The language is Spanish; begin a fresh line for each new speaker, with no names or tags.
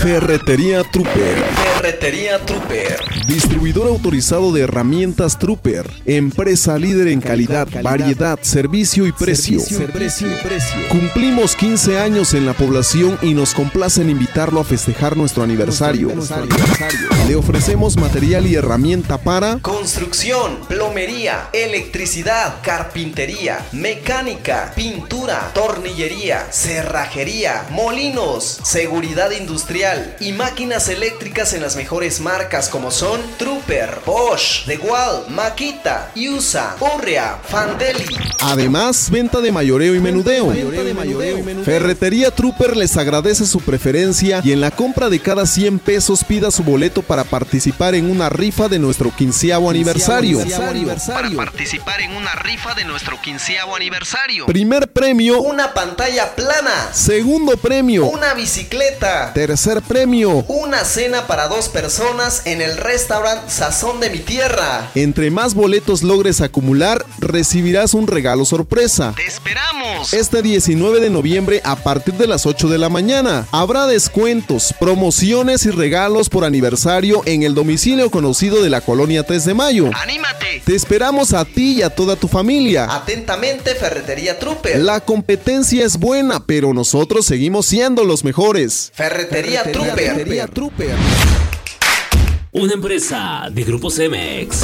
Ferretería Trooper.
Ferretería Trooper.
Distribuidor autorizado de herramientas Trooper. Empresa líder en calidad, variedad, servicio y precio. Cumplimos 15 años en la población y nos complace en invitarlo a festejar nuestro aniversario. Le ofrecemos material y herramienta para
Construcción, plomería, electricidad, carpintería, mecánica, pintura, tornillería, cerrajería, molinos, seguridad industrial y máquinas eléctricas en las mejores marcas como son Trooper, Bosch, DeWalt, Makita, Yusa, Urrea, Fandeli.
Además, venta de mayoreo y menudeo. Ferretería Trooper les agradece su preferencia y en la compra de cada 100 pesos pida su boleto para participar en una rifa de nuestro quinceavo aniversario.
Para participar en una rifa de nuestro quinceavo aniversario.
Primer premio,
Una pantalla plana,
segundo premio,
una bicicleta,
tercer premio.
una cena para dos personas en el restaurante Sazón de mi Tierra.
Entre más boletos logres acumular, recibirás un regalo sorpresa.
¡Te esperamos!
Este 19 de noviembre a partir de las 8 de la mañana habrá descuentos, promociones y regalos por aniversario en el domicilio conocido de la colonia 3 de mayo.
¡Anímate!
Te esperamos a ti y a toda tu familia.
Atentamente, Ferretería Trooper.
La competencia es buena, pero nosotros seguimos siendo los mejores.
Ferretería, Trooper.
Trooper.
Una empresa de Grupo Cemex.